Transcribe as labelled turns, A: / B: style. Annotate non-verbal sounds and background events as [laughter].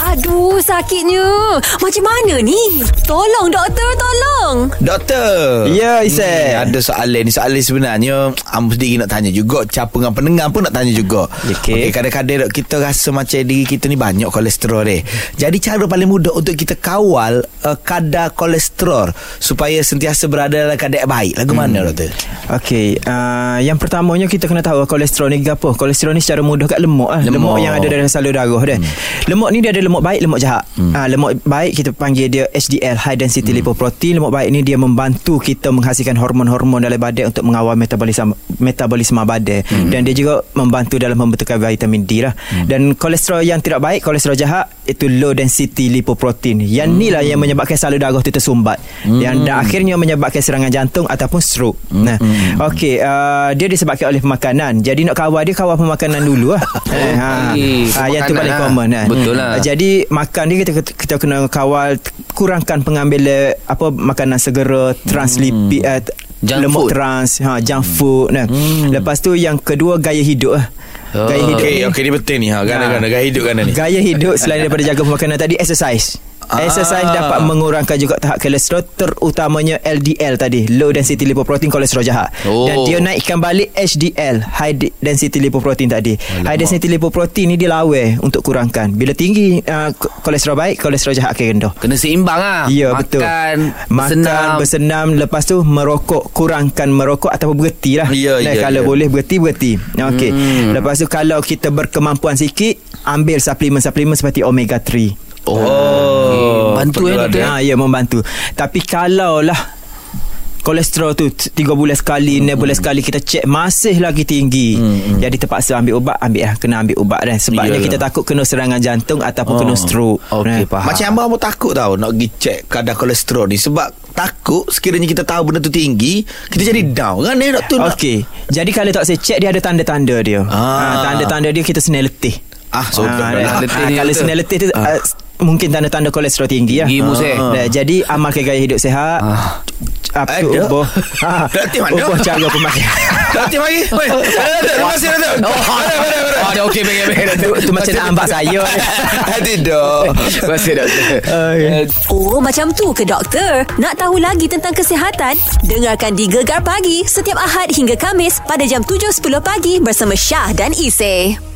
A: Aduh, sakitnya. Macam mana ni? Tolong, doktor, tolong.
B: Doktor Hmm,
C: Ya, Isai.
B: Ada soalan ni Soalan sebenarnya Am sendiri nak tanya juga Siapa dengan pendengar pun nak tanya juga Okey,
C: Okey.
B: Kadang-kadang dok, kita rasa macam diri kita ni Banyak kolesterol ni Jadi cara paling mudah Untuk kita kawal uh, Kadar kolesterol Supaya sentiasa berada dalam keadaan baik Lagu hmm. mana doktor?
C: Okey, uh, yang pertamanya kita kena tahu lah kolesterol ni apa. Kolesterol ni secara mudah kat lemak ah. Lemak,
B: Lemak.
C: lemak yang ada dalam salur darah dia. Hmm. Lemak ni dia ada lemak baik, lemak jahat. Hmm. Uh, lemak baik kita panggil dia HDL, high density hmm. lipoprotein. Lemak baik ni dia membantu kita menghasilkan hormon-hormon dalam badan untuk mengawal metabolisme metabolisme badan hmm. dan dia juga membantu dalam pembentukan vitamin D lah. Hmm. Dan kolesterol yang tidak baik, kolesterol jahat itu low density lipoprotein. Yang hmm. inilah yang menyebabkan salur darah tu tersumbat. Hmm. Yang dan akhirnya menyebabkan serangan jantung ataupun stroke. Nah, okey, uh, dia disebabkan oleh pemakanan. Jadi nak kawal dia kawal pemakanan [laughs] dulu lah. Eh, ha.
D: Okey,
C: Ah, yang tu
D: pemakanan
C: paling
D: lah.
C: common kan.
D: Betul lah.
C: Ah, Jadi makan ni kita kita kena kawal kurangkan pengambilan apa makanan segera, trans lipid eh, t-
D: Hmm. Junk
C: lemak
D: food. Hmm.
C: trans, ha junk food nah. Lepas tu yang kedua gaya hidup ah. Gaya
D: Oh.
C: hidup
B: Okey,
C: ni
B: okey ni penting ni ha. Gana-gana Gaya hidup gana ni
C: Gaya hidup selain daripada jaga pemakanan tadi exercise.
B: Ah.
C: Exercise dapat mengurangkan juga tahap kolesterol terutamanya LDL tadi, low density lipoprotein kolesterol jahat.
D: Oh.
C: Dan dia naikkan balik HDL, high de- density lipoprotein tadi. Alamak. High density lipoprotein ni dia lawa untuk kurangkan. Bila tinggi uh, ko- kolesterol baik, kolesterol jahat akan rendah.
D: Kena seimbang
B: Ah,
D: lah
C: Ya
D: Makan,
C: betul Makan
D: Senam
C: bersenam. Lepas tu merokok Kurangkan merokok Ataupun berhenti lah
B: Ya, ya,
C: Dan
B: ya.
C: Kalau boleh berhenti Berhenti Okey hmm. Lepas tu kalau kita berkemampuan sikit Ambil suplemen-suplemen Seperti omega 3
D: Oh Bantu eh
B: Perlu
D: doktor
B: ada.
C: Ha,
D: eh.
C: ya membantu. Tapi kalau lah kolesterol tu t- tiga bulan sekali, enam bulan sekali kita cek masih lagi tinggi. Jadi terpaksa ambil ubat, ambil lah kena ambil ubat dan sebabnya
B: Iyalah.
C: kita takut kena serangan jantung ataupun
D: Oh.
C: kena stroke. Nah.
D: Okey, faham.
B: Macam abang pun takut tau Nak pergi cek kadar kolesterol ni Sebab takut Sekiranya kita tahu benda tu tinggi Kita jadi down kan ni doktor nak-
C: Okey. Jadi kalau tak saya cek dia ada tanda-tanda dia.
B: Ah.
C: Ah. tanda-tanda dia kita senil letih.
B: Ah, so
C: Ah,
B: dah-
C: dah.
D: letih
C: Ah,
D: ni
C: kalau
D: betul.
C: senil letih tu ah, s- mungkin tanda-tanda kolesterol tinggi lah.
D: Tinggi, Mus, eh.
C: Dah, jadi amalkan gaya hidup sihat.
D: Ah.
C: C- Apa tu
B: Ada.
C: ubah ha,
B: Letih mana?
C: Ubah cara pemakaian
B: Doktor
C: [laughs]
B: mari. Weh, doktor, terima kasih doktor.
D: Oh dah okey baik baik
C: tu, tu macam nak ambak saya
B: Tidak.
D: Masih doktor
A: Oh, macam tu ke doktor? Nak tahu lagi tentang kesihatan? Dengarkan di Gegar Pagi setiap Ahad hingga Kamis pada jam 7.10 pagi bersama Syah dan Isay.